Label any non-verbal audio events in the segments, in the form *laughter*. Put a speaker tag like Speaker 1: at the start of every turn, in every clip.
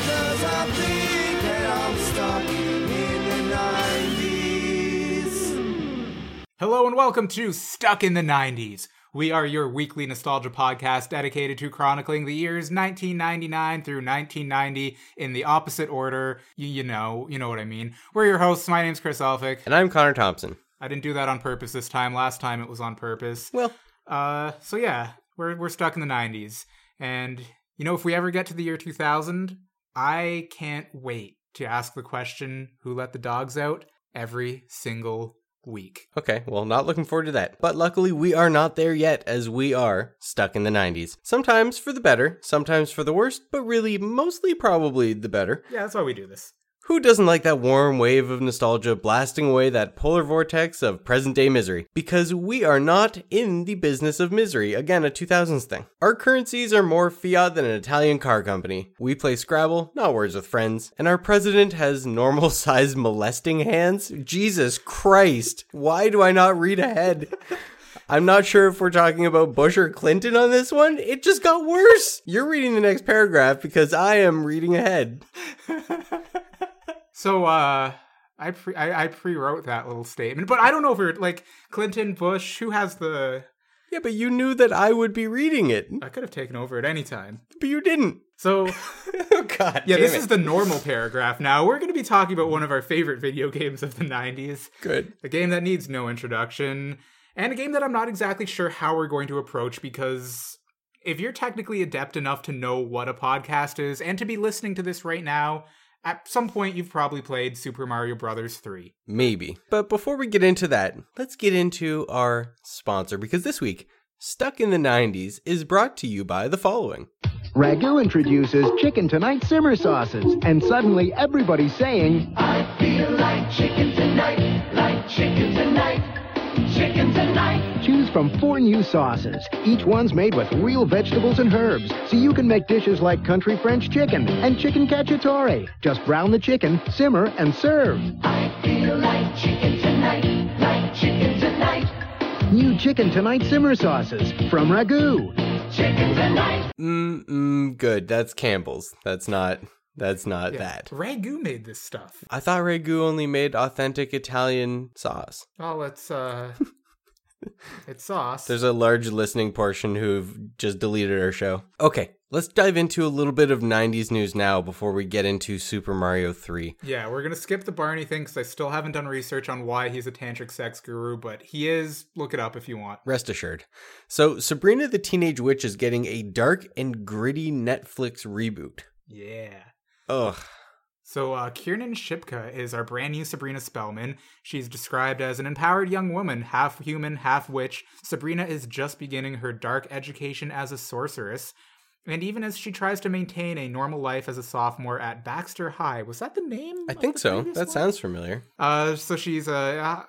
Speaker 1: I think that I'm stuck in the 90s.
Speaker 2: Hello and welcome to Stuck in the 90s. We are your weekly nostalgia podcast dedicated to chronicling the years 1999 through 1990 in the opposite order. You, you know, you know what I mean. We're your hosts. My name's Chris Elphick.
Speaker 3: And I'm Connor Thompson.
Speaker 2: I didn't do that on purpose this time. Last time it was on purpose.
Speaker 3: Well,
Speaker 2: Uh, so yeah, we're we're stuck in the 90s. And you know, if we ever get to the year 2000, I can't wait to ask the question, who let the dogs out every single week.
Speaker 3: okay, well, not looking forward to that. But luckily, we are not there yet, as we are stuck in the 90s. Sometimes for the better, sometimes for the worst, but really, mostly probably the better.
Speaker 2: Yeah, that's why we do this.
Speaker 3: Who doesn't like that warm wave of nostalgia blasting away that polar vortex of present day misery? Because we are not in the business of misery. Again, a 2000s thing. Our currencies are more fiat than an Italian car company. We play Scrabble, not words with friends. And our president has normal *laughs* sized molesting hands? Jesus Christ. Why do I not read ahead? *laughs* I'm not sure if we're talking about Bush or Clinton on this one. It just got worse. You're reading the next paragraph because I am reading ahead.
Speaker 2: So uh I pre I, I pre wrote that little statement, but I don't know if we were like Clinton, Bush, who has the
Speaker 3: Yeah, but you knew that I would be reading it,
Speaker 2: I could have taken over at any time.
Speaker 3: but you didn't.
Speaker 2: *laughs* So
Speaker 3: *laughs* oh God!
Speaker 2: yeah, this is the normal paragraph now. We're gonna be talking about one of our favorite video games of the nineties.
Speaker 3: good.
Speaker 2: A game that needs no introduction, and a game that I'm not exactly sure how we're going to approach because if you're technically adept enough to know what a podcast is and to be listening to this right now, at some point you've probably played Super Mario Brothers 3.
Speaker 3: Maybe. But before we get into that, let's get into our sponsor because this week, Stuck in the '90s is brought to you by the following.
Speaker 4: Ragu introduces Chicken Tonight Simmer Sauces, and suddenly everybody's saying,
Speaker 5: I feel like chicken tonight, like chicken tonight, chicken tonight.
Speaker 4: choose from four new sauces. Each one's made with real vegetables and herbs, so you can make dishes like country French chicken and chicken cacciatore. Just brown the chicken, simmer, and serve.
Speaker 5: I feel like chicken tonight, like chicken tonight,
Speaker 4: New Chicken Tonight Simmer Sauces from Ragu.
Speaker 5: chicken tonight.
Speaker 3: Mm, mm good. That's Campbell's. That's not. That's not that.
Speaker 2: Ragu made this stuff.
Speaker 3: I thought Ragu only made authentic Italian sauce.
Speaker 2: Well, it's
Speaker 3: *laughs*
Speaker 2: uh, it's sauce.
Speaker 3: There's a large listening portion who've just deleted our show. Okay, let's dive into a little bit of 90s news now before we get into Super Mario 3.
Speaker 2: yeah, we're gonna skip the Barney thing because I still haven't done research on why he's a tantric sex guru, but he is. Look it up if you want.
Speaker 3: Rest assured. So, Sabrina the Teenage Witch is getting a dark and gritty Netflix reboot.
Speaker 2: Yeah.
Speaker 3: Ugh.
Speaker 2: So uh, Kiernan Shipka is our brand new Sabrina Spellman. She's described as an empowered young woman, half human, half witch. Sabrina is just beginning her dark education as a sorceress. And even as she tries to maintain a normal life as a sophomore at Baxter High, was that the name?
Speaker 3: I
Speaker 2: of
Speaker 3: think
Speaker 2: the
Speaker 3: so.
Speaker 2: previous
Speaker 3: That
Speaker 2: one?
Speaker 3: sounds familiar.
Speaker 2: Uh, so she's uh,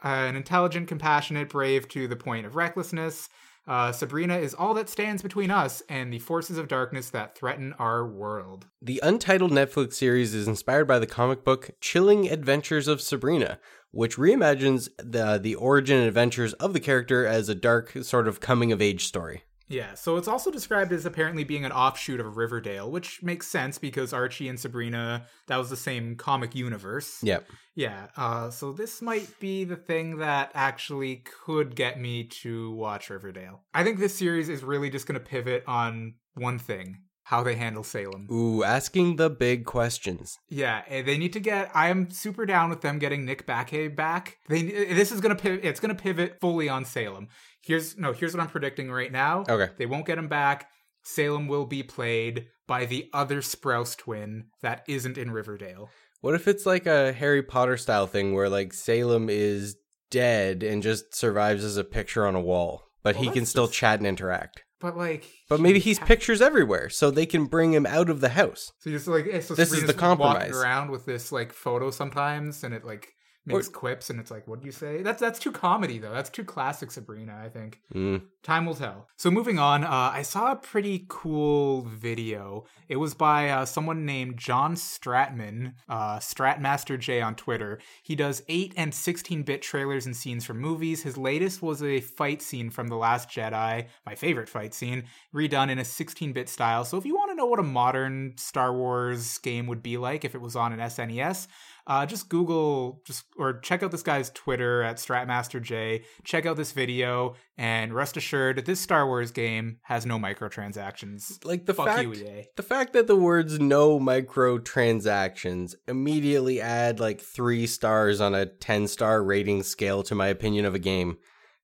Speaker 2: uh, an intelligent, compassionate, brave to the point of recklessness. Uh, Sabrina is all that stands between us and the forces of darkness that threaten our world.
Speaker 3: The untitled Netflix series is inspired by the comic book Chilling Adventures of Sabrina, which reimagines the, the origin and adventures of the character as a dark, sort of coming of age story.
Speaker 2: Yeah, so it's also described as apparently being an offshoot of Riverdale, which makes sense because Archie and Sabrina, that was the same comic universe.
Speaker 3: Yep.
Speaker 2: Yeah, uh, so this might be the thing that actually could get me to watch Riverdale. I think this series is really just going to pivot on one thing how they handle Salem.
Speaker 3: Ooh, asking the big questions.
Speaker 2: Yeah, eh, they need to get. I am super down with them getting Nick Bakay back. They eh, this is gonna pivot. It's gonna pivot fully on Salem. Here's no. Here's what I'm predicting right now.
Speaker 3: Okay.
Speaker 2: they won't get him back. Salem will be played by the other Sprouse twin that isn't in Riverdale.
Speaker 3: What if it's like a Harry Potter style thing where like Salem is dead and just survives as a picture on a wall, but
Speaker 2: Well,
Speaker 3: he can
Speaker 2: that's
Speaker 3: still
Speaker 2: just-
Speaker 3: chat and interact.
Speaker 2: But like,
Speaker 3: But maybe
Speaker 2: he
Speaker 3: he's
Speaker 2: ha-
Speaker 3: pictures everywhere, so they can bring him out of the house.
Speaker 2: So just like eh, so
Speaker 3: This is
Speaker 2: Sabrina's
Speaker 3: the
Speaker 2: walking
Speaker 3: compromise.
Speaker 2: around with this like photo sometimes, and it like makes quips, and it's like, what do you say? That's that's too comedy though. That's too classic Sabrina. I think.
Speaker 3: Mm.
Speaker 2: Time will tell. So moving on, uh, I saw a pretty cool video. It was by uh, someone named John Stratman, uh, Stratmaster J on Twitter. He does 8 and 16-bit trailers and scenes from movies. His latest was a fight scene from The Last Jedi, my favorite fight scene, redone in a 16-bit style. So if you want to know what a modern Star Wars game would be like if it was on an SNES, uh, just Google, just or check out this guy's Twitter at StratmasterJ. Check out this video, and rest assured, this Star Wars game has no microtransactions.
Speaker 3: Like the
Speaker 2: Fuck
Speaker 3: fact
Speaker 2: you, E EA.
Speaker 3: the fact that the words no microtransactions immediately add like 3 stars on a 10 star rating scale to my opinion of a game.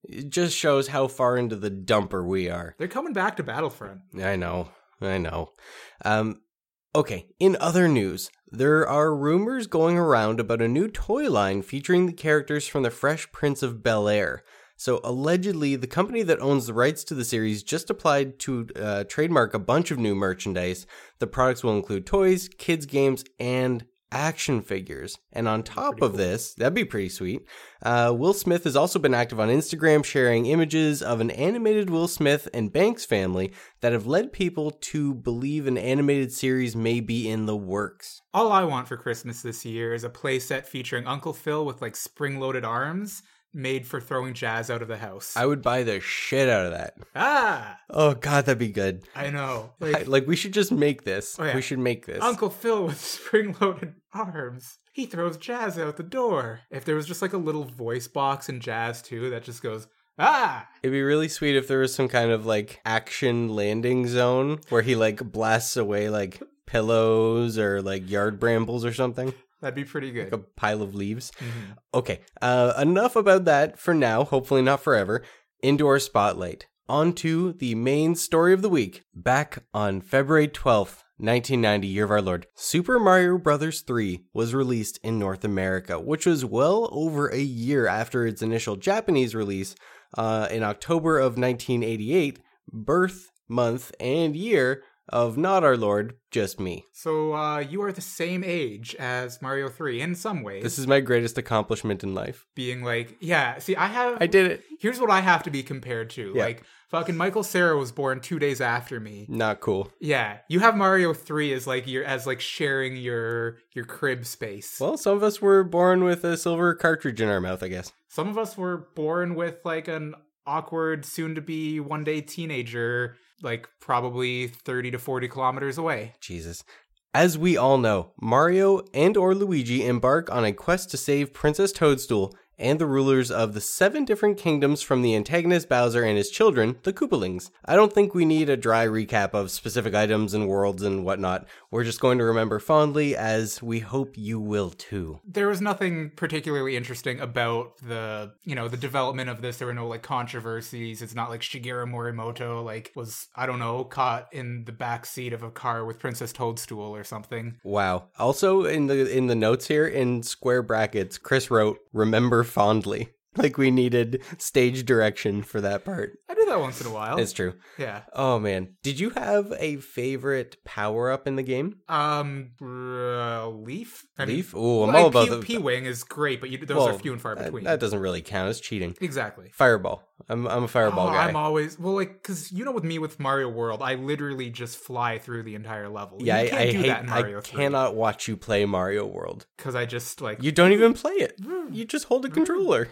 Speaker 3: It just shows how far into the dumper we are.
Speaker 2: They're coming back to Battlefront.
Speaker 3: I know. I know. Um okay, in other news, there are rumors going around about a new toy line featuring the characters from the Fresh Prince of Bel-Air. So allegedly, the company that owns the rights to the series just applied to uh, trademark a bunch of new merchandise. The products will include toys, kids games, and action figures. And on top of this, that'd be pretty sweet. Uh, Will Smith has also been active on Instagram, sharing images of an animated Will Smith and Banks family that have led people to believe an animated series may be in the works.
Speaker 2: All I want for Christmas this year is a playset featuring Uncle Phil with like spring-loaded arms, made for throwing jazz out of the house.
Speaker 3: I would buy the shit out of that.
Speaker 2: ah,
Speaker 3: Oh god, that'd be good.
Speaker 2: I know.
Speaker 3: I-
Speaker 2: Like,
Speaker 3: like we should just make this.
Speaker 2: Oh, yeah.
Speaker 3: We should make this.
Speaker 2: Uncle Phil with *laughs* spring-loaded arms. He throws jazz out the door. If there was just like a little voice box in jazz too, that just goes ah.
Speaker 3: It'd be really sweet if there was some kind of like action landing zone where he like blasts away like pillows or like yard brambles or something,
Speaker 2: That'd be pretty good.
Speaker 3: like a pile of leaves. Okay, uh, enough about that for now, hopefully not forever. Indoor Spotlight. On to the main story of the week. Back on February 12th, 1990, year of our Lord, Super Mario Bros. 3 was released in North America, which was well over a year after its initial Japanese release uh, in October of 1988, birth month and year of not our Lord, just me.
Speaker 2: So uh, you are the same age as Mario 3 in some ways.
Speaker 3: This is my greatest accomplishment in life.
Speaker 2: being like, yeah, see, I have.
Speaker 3: I did it.
Speaker 2: Here's what I have to be compared to.
Speaker 3: Yeah.
Speaker 2: Like, fucking Michael Sarah was born two days after me.
Speaker 3: Not cool.
Speaker 2: Yeah, you have Mario 3 as like your as like sharing your your crib space.
Speaker 3: Well, some of us were born with a silver cartridge in our mouth, I guess.
Speaker 2: Some of us were born with like an awkward, soon to be one day teenager, like probably 30 to 40 kilometers away.
Speaker 3: Jesus. As we all know, Mario and or Luigi embark on a quest to save Princess Toadstool and the rulers of the seven different kingdoms from the antagonist Bowser and his children, the Koopalings. I don't think we need a dry recap of specific items and worlds and whatnot. We're just going to remember fondly as we hope you will too.
Speaker 2: There was nothing particularly interesting about the, you know, the development of this. There were no like controversies. It's not like Shigeru Morimoto like was I don't know, caught in the back seat of a car with Princess Toadstool or something.
Speaker 3: Wow. Also in the in the notes here in square brackets, Chris wrote remember fondly. *laughs* Like we needed stage direction for that part.
Speaker 2: I do that once in a while.
Speaker 3: It's true.
Speaker 2: yeah.
Speaker 3: Oh man, did you have a favorite power up in the game?
Speaker 2: Um uh, Leaf? I mean,
Speaker 3: Leaf? Ooh, I'm
Speaker 2: like,
Speaker 3: all about
Speaker 2: P-
Speaker 3: the-
Speaker 2: P-wing is great, but you, those
Speaker 3: Well,
Speaker 2: are few and far
Speaker 3: that-
Speaker 2: between.
Speaker 3: That doesn't really count. It's cheating.
Speaker 2: exactly.
Speaker 3: Fireball. I'm I'm a fireball
Speaker 2: Oh,
Speaker 3: guy.
Speaker 2: I'm always well, like, because you know, with me with Mario World, I literally just fly through the entire level.
Speaker 3: yeah,
Speaker 2: you
Speaker 3: I,
Speaker 2: can't
Speaker 3: I
Speaker 2: do
Speaker 3: hate.
Speaker 2: that in Mario
Speaker 3: I
Speaker 2: 3,
Speaker 3: cannot watch you play Mario World.
Speaker 2: because I just like
Speaker 3: You don't even play it.
Speaker 2: Hmm.
Speaker 3: You just hold a controller.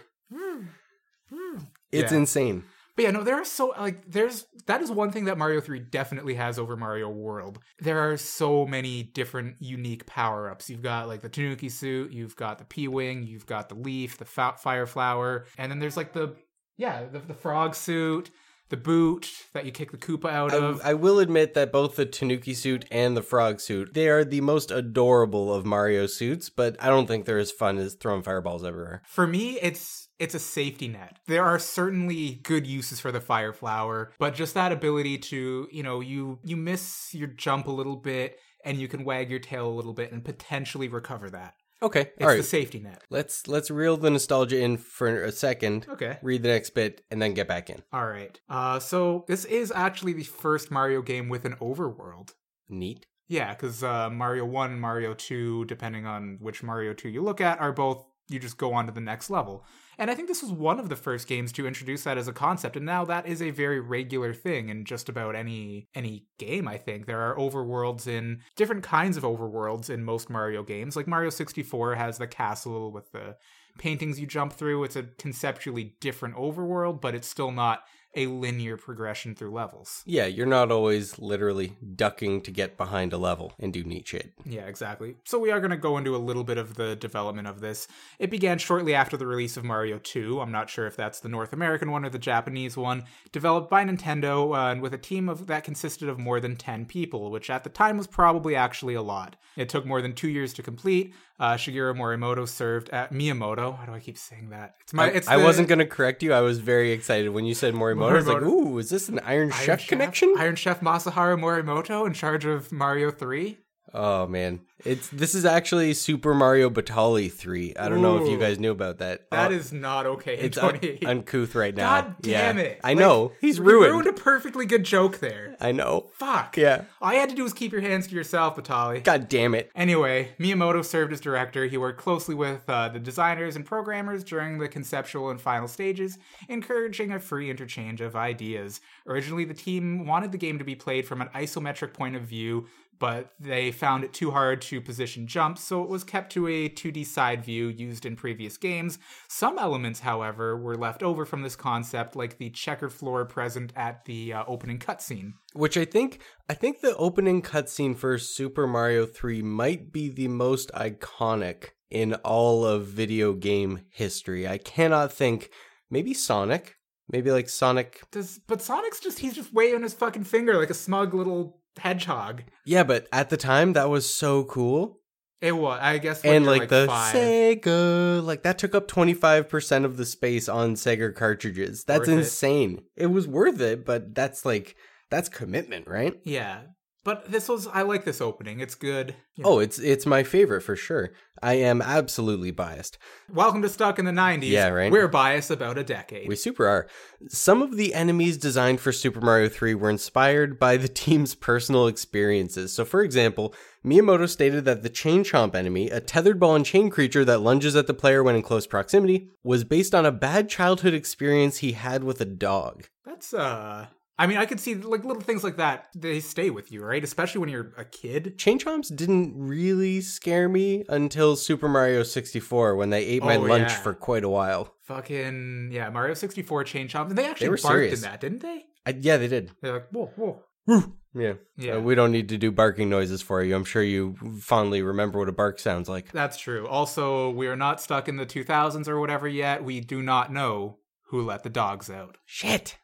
Speaker 3: It's
Speaker 2: Yeah.
Speaker 3: insane.
Speaker 2: But yeah, no, there are so like there's that is one thing that Mario 3 definitely has over Mario World. There are so many different unique power-ups. You've got like the Tanuki suit, you've got the P-wing, you've got the leaf, the fa- fire flower, and then there's like the yeah, the, the frog suit, the boot that you kick the Koopa out
Speaker 3: I,
Speaker 2: of.
Speaker 3: I will admit that both the Tanuki suit and the frog suit, they are the most adorable of Mario suits, but I don't think they're as fun as throwing fireballs everywhere.
Speaker 2: For me, it's it's a safety net. There are certainly good uses for the fire flower, but just that ability to, you know, you you miss your jump a little bit and you can wag your tail a little bit and potentially recover that.
Speaker 3: Okay,
Speaker 2: It's
Speaker 3: all right.
Speaker 2: the safety net.
Speaker 3: Let's let's reel the nostalgia in for a second.
Speaker 2: Okay.
Speaker 3: Read the next bit and then get back in.
Speaker 2: All right. Uh so this is actually the first Mario game with an overworld.
Speaker 3: Neat.
Speaker 2: Yeah, cuz uh Mario 1, Mario 2, depending on which Mario 2 you look at are both you just go on to the next level. And I think this was one of the first games to introduce that as a concept, and now that is a very regular thing in just about any any game, I think. There are overworlds in different kinds of overworlds in most Mario games. Like Mario 64 has the castle with the paintings you jump through. It's a conceptually different overworld, but it's still not a linear progression through levels.
Speaker 3: Yeah, you're not always literally ducking to get behind a level and do neat shit.
Speaker 2: Yeah, exactly. So we are going to go into a little bit of the development of this. It began shortly after the release of Mario 2. I'm not sure if that's the North American one or the Japanese one, developed by Nintendo uh, and with a team of that consisted of more than 10 people, which at the time was probably actually a lot. It took more than 2 years to complete. Uh, Shigeru Morimoto served at Miyamoto. Why do I keep saying that? It's my Uh, it's
Speaker 3: I
Speaker 2: the-
Speaker 3: wasn't going to correct you. I was very excited when you said Morimoto. I was like,
Speaker 2: Morimoto.
Speaker 3: ooh, is this an Iron,
Speaker 2: Iron
Speaker 3: Chef, connection?
Speaker 2: Iron Chef Masaharu Morimoto in charge of Mario 3.
Speaker 3: Oh man, it's this is actually Super Mario Batali three. I don't know if you
Speaker 2: Ooh.
Speaker 3: guys knew about that.
Speaker 2: That
Speaker 3: Uh,
Speaker 2: is not okay in
Speaker 3: it's un-
Speaker 2: 2018.
Speaker 3: uncouth right now.
Speaker 2: God damn
Speaker 3: Yeah.
Speaker 2: it.
Speaker 3: I
Speaker 2: Like,
Speaker 3: know he's
Speaker 2: you
Speaker 3: ruined.
Speaker 2: ruined a perfectly good joke there.
Speaker 3: I know.
Speaker 2: Fuck.
Speaker 3: Yeah.
Speaker 2: All you had to do was keep your hands to yourself, Batali.
Speaker 3: God damn it.
Speaker 2: Anyway, Miyamoto served as director. He worked closely with uh, the designers and programmers during the conceptual and final stages, encouraging a free interchange of ideas. Originally, the team wanted the game to be played from an isometric point of view, but they found it too hard to position jumps, so it was kept to a 2D side view used in previous games. Some elements, however, were left over from this concept, like the checker floor present at the uh, opening cutscene.
Speaker 3: Which I think I think the opening cutscene for Super Mario three might be the most iconic in all of video game history. I cannot think. Maybe Sonic. Maybe like Sonic
Speaker 2: Does but Sonic's just he's just waving his fucking finger like a smug little hedgehog.
Speaker 3: Yeah, but at the time that was so cool.
Speaker 2: It was I guess when
Speaker 3: And
Speaker 2: you're,
Speaker 3: like, the
Speaker 2: five.
Speaker 3: Sega, like that took up 25% of the space on Sega cartridges. That's
Speaker 2: Worth it.
Speaker 3: insane. It. was worth it, but that's like that's commitment, right?
Speaker 2: yeah. But this was I like this opening. It's good. You know.
Speaker 3: Oh, it's it's my favorite for sure. I am absolutely biased.
Speaker 2: welcome to Stuck in the '90s.
Speaker 3: Yeah, right.
Speaker 2: We're biased about a decade.
Speaker 3: We super are. Some of the enemies designed for Super Mario 3 were inspired by the *laughs* team's personal experiences. So, for example, Miyamoto stated that the Chain Chomp enemy, a tethered ball and chain creature that lunges at the player when in close proximity, was based on a bad childhood experience he had with a dog.
Speaker 2: That's uh. I mean, I could see like little things like that. They stay with you, right? Especially when you're a kid.
Speaker 3: Chain Chomps didn't really scare me until Super Mario 64 when they ate my
Speaker 2: Oh,
Speaker 3: lunch
Speaker 2: yeah.
Speaker 3: for quite a while.
Speaker 2: Fucking yeah, Mario 64 chain chomp. And they actually
Speaker 3: were
Speaker 2: barked
Speaker 3: serious.
Speaker 2: in that, didn't they?
Speaker 3: I, yeah, they did.
Speaker 2: They're like, whoa, whoa.
Speaker 3: Yeah.
Speaker 2: Yeah.
Speaker 3: Uh, we don't need to do barking noises for you. I'm sure you fondly remember what a bark sounds like.
Speaker 2: That's true. Also, we are not stuck in the 2000s or whatever yet. We do not know who let the dogs out.
Speaker 3: Shit.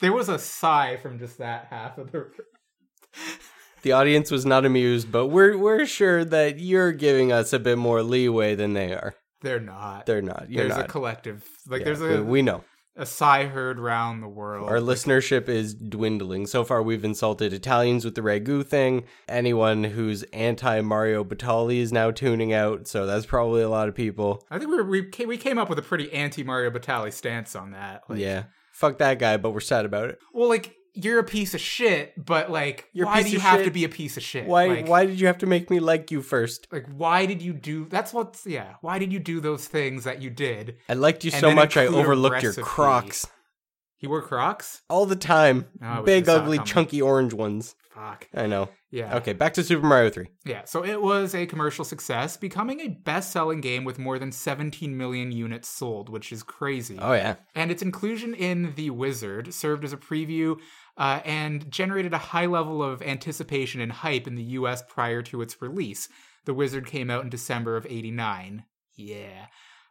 Speaker 2: There was a sigh from just that half of the.
Speaker 3: The audience was not amused, but we're we're sure that you're giving us a bit more leeway than they are.
Speaker 2: They're not.
Speaker 3: They're not. You're
Speaker 2: there's
Speaker 3: not.
Speaker 2: a collective. Like
Speaker 3: Yeah,
Speaker 2: there's a,
Speaker 3: we we know.
Speaker 2: a sigh heard round the world.
Speaker 3: Our listenership is dwindling. So far we've insulted Italians with the ragu thing. Anyone who's anti Mario Batali is now tuning out, so that's probably a lot of people.
Speaker 2: I think we were, we ca- we came up with a pretty anti Mario Batali stance on that. Like,
Speaker 3: yeah. Fuck that guy, but we're sad about it.
Speaker 2: Well, like you're a piece of shit, but like
Speaker 3: You're a
Speaker 2: why
Speaker 3: piece
Speaker 2: do you
Speaker 3: of
Speaker 2: have
Speaker 3: shit.
Speaker 2: to be a piece of shit?
Speaker 3: Why
Speaker 2: Like,
Speaker 3: why did you have to make me like you first?
Speaker 2: Like why did you do? That's what's yeah. Why did you do those things that you did?
Speaker 3: I liked you
Speaker 2: And
Speaker 3: so
Speaker 2: then
Speaker 3: much I
Speaker 2: include a
Speaker 3: overlooked your
Speaker 2: recipe.
Speaker 3: crocs
Speaker 2: He wore Crocs.
Speaker 3: all the time.
Speaker 2: Oh, I wish I
Speaker 3: Big
Speaker 2: saw it
Speaker 3: ugly
Speaker 2: coming.
Speaker 3: chunky orange ones.
Speaker 2: Fuck
Speaker 3: I know.
Speaker 2: yeah.
Speaker 3: Okay, back to Super Mario 3.
Speaker 2: Yeah, so it was a commercial success, becoming a best selling game with more than 17 million units sold, which is crazy.
Speaker 3: Oh, yeah.
Speaker 2: And its inclusion in The Wizard served as a preview uh, and generated a high level of anticipation and hype in the US prior to its release. The Wizard came out in December of 89. Yeah.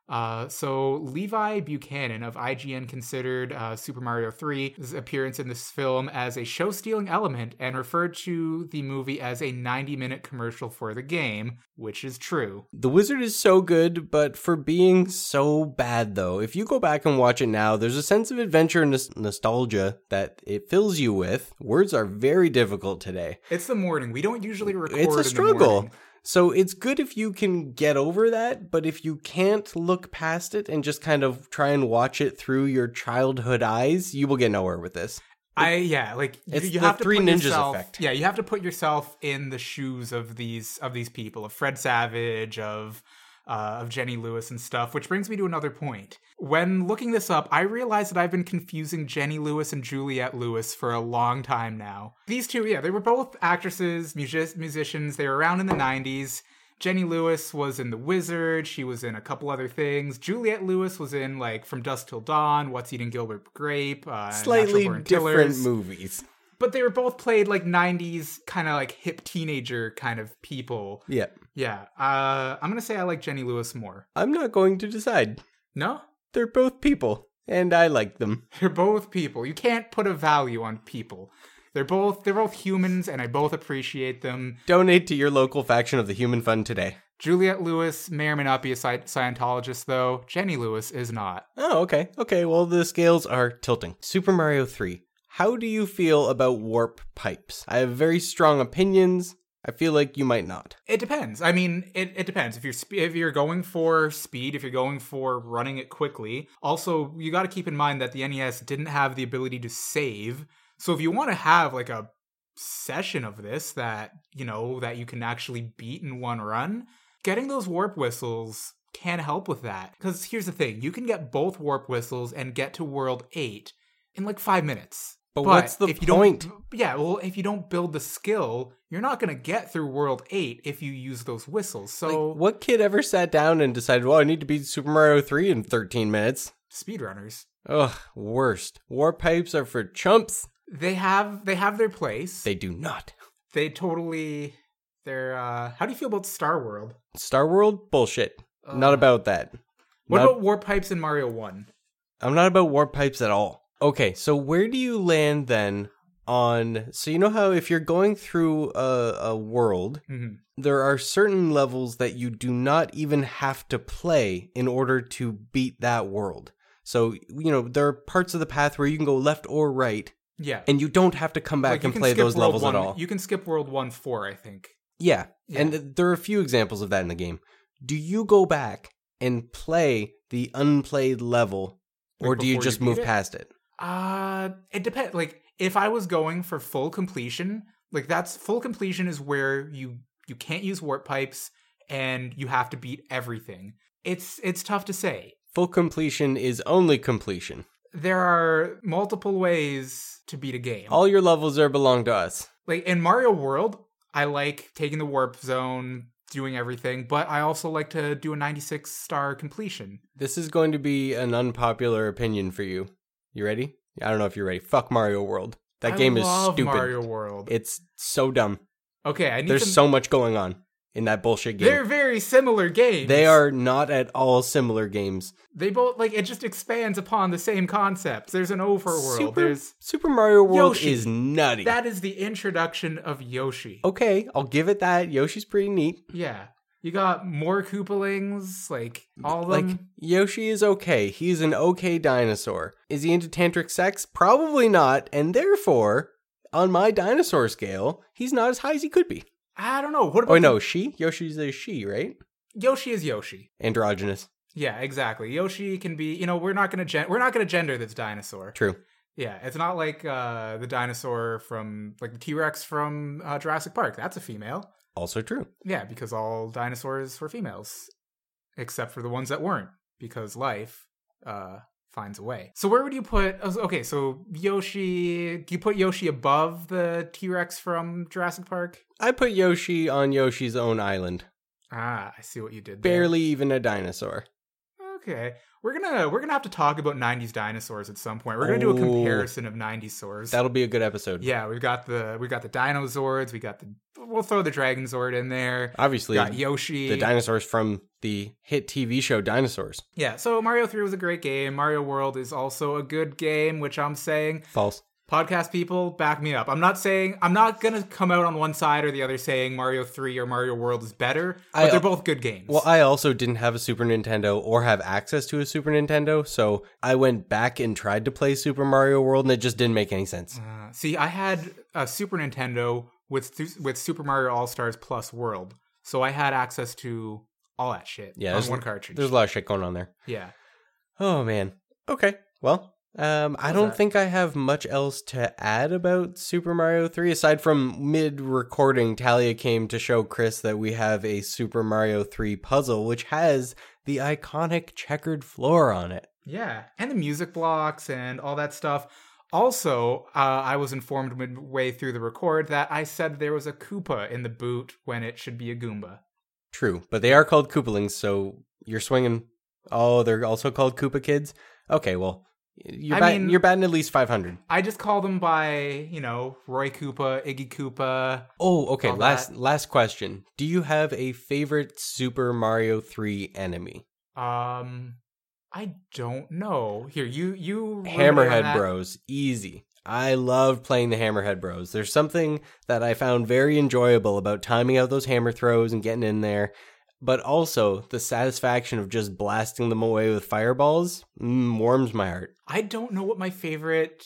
Speaker 2: Uh, so Levi Buchanan of IGN considered uh, Super Mario 3's appearance in this film as a show-stealing element and referred to the movie as a 90-minute commercial for the game, which is true.
Speaker 3: The Wizard is so good, but for being so bad, though, if you go back and watch it now, there's a sense of adventure and nos- nostalgia that it fills you with. Words are very difficult today.
Speaker 2: It's the morning. We don't usually record.
Speaker 3: It's
Speaker 2: in the
Speaker 3: a struggle.
Speaker 2: morning.
Speaker 3: So it's good if you can get over that, but if you can't look past it and just kind of try and watch it through your childhood eyes, you will get nowhere with this.
Speaker 2: I yeah, like you-
Speaker 3: It's
Speaker 2: you,
Speaker 3: the
Speaker 2: have to
Speaker 3: Three
Speaker 2: put
Speaker 3: Ninjas
Speaker 2: yourself,
Speaker 3: effect.
Speaker 2: Yeah, you have to put yourself in the shoes of these of these people, of Fred Savage, of uh, of Jenny Lewis and stuff, which brings me to another point. When looking this up, I realized that I've been confusing Jenny Lewis and Juliette Lewis for a long time now. These two, yeah, they were both actresses, music- musicians. They were around in the 90s. Jenny Lewis was in The Wizard. She was in a couple other things. Juliette Lewis was in, like, From Dusk Till Dawn, What's Eating Gilbert Grape, uh,
Speaker 3: Slightly
Speaker 2: Natural Born
Speaker 3: different
Speaker 2: Killers
Speaker 3: movies.
Speaker 2: but they were both played like 90s kind of like hip teenager kind of people
Speaker 3: Yeah.
Speaker 2: yeah uh i'm gonna say i like jenny lewis more
Speaker 3: I'm not going to decide.
Speaker 2: no *laughs*
Speaker 3: They're both people, and I like them.
Speaker 2: they're both people you can't put a value on people they're both they're both humans and i both appreciate them
Speaker 3: Donate to your local faction of the Human Fund today.
Speaker 2: juliette lewis may or may not be a Sci- scientologist though jenny lewis is not
Speaker 3: Oh, okay. Okay, well, the scales are tilting. Super Mario 3. How do you feel about warp pipes? I have very strong opinions. I feel like you might not.
Speaker 2: It depends. I mean, it, it depends. If you're sp- if you're going for speed, if you're going for running it quickly, also you got to keep in mind that the NES didn't have the ability to save. So if you want to have like a session of this that you know that you can actually beat in one run, getting those warp whistles can help with that. Because here's the thing: you can get both warp whistles and get to world eight in like five minutes.
Speaker 3: But what's the
Speaker 2: if you
Speaker 3: point?
Speaker 2: Don't, yeah, well, if you don't build the skill, you're not going to get through World 8 if you use those whistles. So,
Speaker 3: Like, what kid ever sat down and decided, well, I need to beat Super Mario 3 in 13 minutes?
Speaker 2: speedrunners,
Speaker 3: Ugh, worst. Warp pipes are for chumps.
Speaker 2: they have they have their place. They,
Speaker 3: They do not.
Speaker 2: totally they're uh how do you feel about Star World?
Speaker 3: Star World? Bullshit. not about that.
Speaker 2: What
Speaker 3: Not-
Speaker 2: about Warp Pipes in Mario 1?
Speaker 3: I'm not about warp pipes at all. Okay, so where do you land then on. So, you know how if you're going through a, a world,
Speaker 2: Mhm.
Speaker 3: there are certain levels that you do not even have to play in order to beat that world. So, you know, there are parts of the path where you can go left or right,
Speaker 2: Yeah.
Speaker 3: and you don't have to come back
Speaker 2: Like, you
Speaker 3: and
Speaker 2: can
Speaker 3: play
Speaker 2: skip
Speaker 3: those
Speaker 2: World
Speaker 3: levels
Speaker 2: one,
Speaker 3: at all.
Speaker 2: You can skip World 1 4, I think.
Speaker 3: Yeah.
Speaker 2: Yeah.
Speaker 3: And there are a few examples of that in the game. Do you go back and play the unplayed level
Speaker 2: Like,
Speaker 3: or do you
Speaker 2: before you
Speaker 3: just
Speaker 2: beat
Speaker 3: move
Speaker 2: it?
Speaker 3: past it?
Speaker 2: Uh it depends. Like if I was going for full completion, like that's full completion is where you you can't use warp pipes and you have to beat everything. It's it's tough to say.
Speaker 3: Full completion is only completion.
Speaker 2: There are multiple ways to beat a game.
Speaker 3: All your levels there belong to us.
Speaker 2: like in Mario World, I like taking the warp zone, doing everything, but I also like to do a 96 star completion.
Speaker 3: This is going to be an unpopular opinion for you. You ready? I don't know if you're ready. Fuck Mario World. That
Speaker 2: I
Speaker 3: game is
Speaker 2: love
Speaker 3: stupid.
Speaker 2: Mario World.
Speaker 3: It's so dumb.
Speaker 2: okay, I need
Speaker 3: There's
Speaker 2: some-
Speaker 3: so much going on in that bullshit
Speaker 2: They're
Speaker 3: game.
Speaker 2: very similar games.
Speaker 3: They are not at all similar games.
Speaker 2: They both like it just expands upon the same concepts. There's an overworld.
Speaker 3: Super,
Speaker 2: There's
Speaker 3: Super Mario World
Speaker 2: Yoshi.
Speaker 3: is nutty.
Speaker 2: that is the introduction of Yoshi.
Speaker 3: okay, I'll give it that. Yoshi's pretty neat.
Speaker 2: Yeah. You got more Koopalings, like all of
Speaker 3: Like
Speaker 2: them.
Speaker 3: Yoshi is okay. He's an okay dinosaur. Is he into tantric sex? Probably not, and therefore, on my dinosaur scale, he's not as high as he could be.
Speaker 2: I don't know. What about
Speaker 3: Oh no, she? Yoshi's a she, right?
Speaker 2: Yoshi is Yoshi.
Speaker 3: Androgynous.
Speaker 2: Yeah, exactly. Yoshi can be, you know, we're not gonna gen- we're not gonna gender this dinosaur.
Speaker 3: True.
Speaker 2: Yeah, it's not like uh the dinosaur from like the T Rex from uh, Jurassic Park. That's a female.
Speaker 3: Also true.
Speaker 2: Yeah, because all dinosaurs were females, except for the ones that weren't, because life uh, finds a way. So where would you put? Okay, so Yoshi, do you put Yoshi above the T Rex from Jurassic Park?
Speaker 3: I put Yoshi on Yoshi's own island.
Speaker 2: Ah, I see what you did. There.
Speaker 3: Barely even a dinosaur.
Speaker 2: Okay, we're gonna we're gonna have to talk about '90s dinosaurs at some point. We're gonna do a
Speaker 3: Oh.
Speaker 2: comparison of '90s saurs.
Speaker 3: That'll be a good episode.
Speaker 2: Yeah, we've got the we've got the dinosaurs. We got the we'll throw the dragon zord in there. We
Speaker 3: Obviously,
Speaker 2: got Yoshi.
Speaker 3: the dinosaurs from the hit TV show Dinosaurs.
Speaker 2: Yeah, so Mario 3 was a great game. Mario World is also a good game, which I'm saying.
Speaker 3: False.
Speaker 2: Podcast people, back me up. I'm not saying, I'm not going to come out on one side or the other saying Mario 3 or Mario World is better, but
Speaker 3: I- uh,
Speaker 2: they're both good games.
Speaker 3: Well, I also didn't have a Super Nintendo or have access to a Super Nintendo, so I went back and tried to play Super Mario World, and it just didn't make any sense.
Speaker 2: Uh, see, I had a Super Nintendo with, Su- with Super Mario All Stars plus World, so I had access to all that shit
Speaker 3: Yeah,
Speaker 2: on
Speaker 3: there's-
Speaker 2: one cartridge.
Speaker 3: There's a lot of shit going on there.
Speaker 2: yeah.
Speaker 3: Oh man. Okay. Well, Um, I don't
Speaker 2: that?
Speaker 3: think I have much else to add about Super Mario 3 aside from mid recording Talia came to show Chris that we have a Super Mario 3 puzzle which has the iconic checkered floor on it.
Speaker 2: Yeah, and the music blocks and all that stuff. Also, uh, I was informed midway through the record that I said there was a Koopa in the boot when it should be a Goomba.
Speaker 3: True, but they are called Koopalings, so you're swinging. Oh, they're also called Koopa Kids. Okay, well, you're
Speaker 2: I
Speaker 3: batting,
Speaker 2: mean-
Speaker 3: you're batting at least 500.
Speaker 2: I just call them by, you know, Roy Koopa, Iggy Koopa.
Speaker 3: Oh, okay.
Speaker 2: All that.
Speaker 3: last last question. Do you have a favorite Super Mario 3 enemy?
Speaker 2: Um, I don't know. Here, you you ruminate on
Speaker 3: Hammerhead
Speaker 2: that.
Speaker 3: Bros. Easy. I love playing the Hammerhead Bros. There's something that I found very enjoyable about timing out those hammer throws and getting in there, but also the satisfaction of just blasting them away with fireballs mm, warms my heart.
Speaker 2: I don't know what my favorite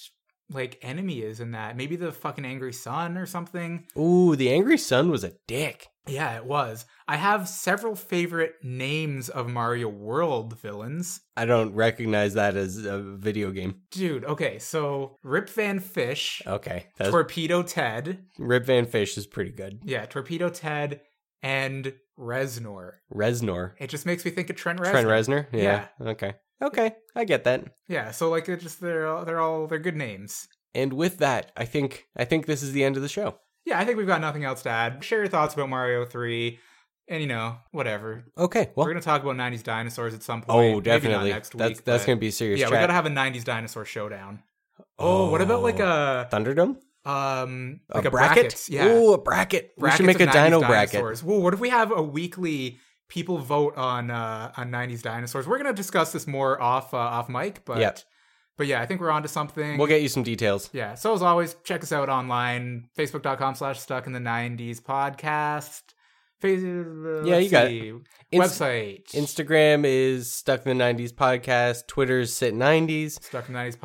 Speaker 2: like enemy is in that. Maybe the fucking angry sun or something.
Speaker 3: Ooh, the Angry Sun was a dick.
Speaker 2: Yeah, it was. I have several favorite names of Mario World villains.
Speaker 3: I don't recognize that as a video game.
Speaker 2: Dude, okay, so Rip Van Fish,
Speaker 3: Okay, Oh, that's,
Speaker 2: Torpedo Ted,
Speaker 3: Rip Van Fish is pretty good.
Speaker 2: yeah, Torpedo Ted, and Reznor.
Speaker 3: Reznor,
Speaker 2: It just makes me think of Trent Reznor.
Speaker 3: Trent Reznor. Yeah. Okay. Okay, I get that.
Speaker 2: Yeah, so like they're just they're all, they're all they're good names.
Speaker 3: And with that, I think I think this is the end of the show.
Speaker 2: Yeah, I think we've got nothing else to add. Share your thoughts about Mario Three, and you know whatever.
Speaker 3: Okay. Well,
Speaker 2: We're gonna talk about '90s dinosaurs at some point.
Speaker 3: Oh,
Speaker 2: Maybe not
Speaker 3: definitely.
Speaker 2: next
Speaker 3: that's
Speaker 2: week,
Speaker 3: that's
Speaker 2: but-
Speaker 3: gonna be a serious.
Speaker 2: Yeah,
Speaker 3: chat.
Speaker 2: we gotta have a '90s dinosaur showdown. Oh, what about like a
Speaker 3: Thunderdome?
Speaker 2: um like
Speaker 3: a, bracket?
Speaker 2: brackets? Yeah,
Speaker 3: Ooh, a bracket. we should
Speaker 2: Brackets
Speaker 3: make a
Speaker 2: of 90s
Speaker 3: dino bracket.
Speaker 2: dinosaurs. Well, what if we have a weekly people vote on uh on '90s dinosaurs? We're gonna discuss this more off uh, off mic, but
Speaker 3: Yep.
Speaker 2: but yeah, I think we're onto something.
Speaker 3: We'll get you some details.
Speaker 2: Yeah. So as always, check us out online, facebook.com slash stuck in the nineties podcast. Face-
Speaker 3: Yeah, you got it. Inst-
Speaker 2: website.
Speaker 3: Instagram is stuck in the nineties podcast. Twitter's sit nineties.
Speaker 2: stuck in the nineties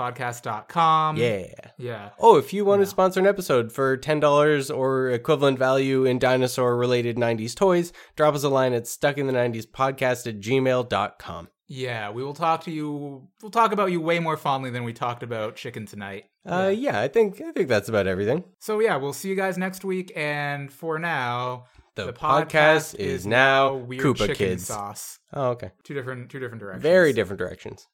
Speaker 2: podcast.com.
Speaker 3: Yeah.
Speaker 2: Yeah.
Speaker 3: Oh, if you want to sponsor an episode for ten dollars or equivalent value in dinosaur related nineties toys, drop us a line at stuck in the nineties podcast at gmail.com.
Speaker 2: Yeah. We will talk to you we'll talk about you way more fondly than we talked about chicken tonight.
Speaker 3: Uh yeah, I think I think that's about everything.
Speaker 2: So yeah, we'll see you guys next week and for now
Speaker 3: The podcast is now Koopa
Speaker 2: chicken
Speaker 3: Kids.
Speaker 2: sauce.
Speaker 3: Oh, okay.
Speaker 2: Two different two different directions.
Speaker 3: Very different directions.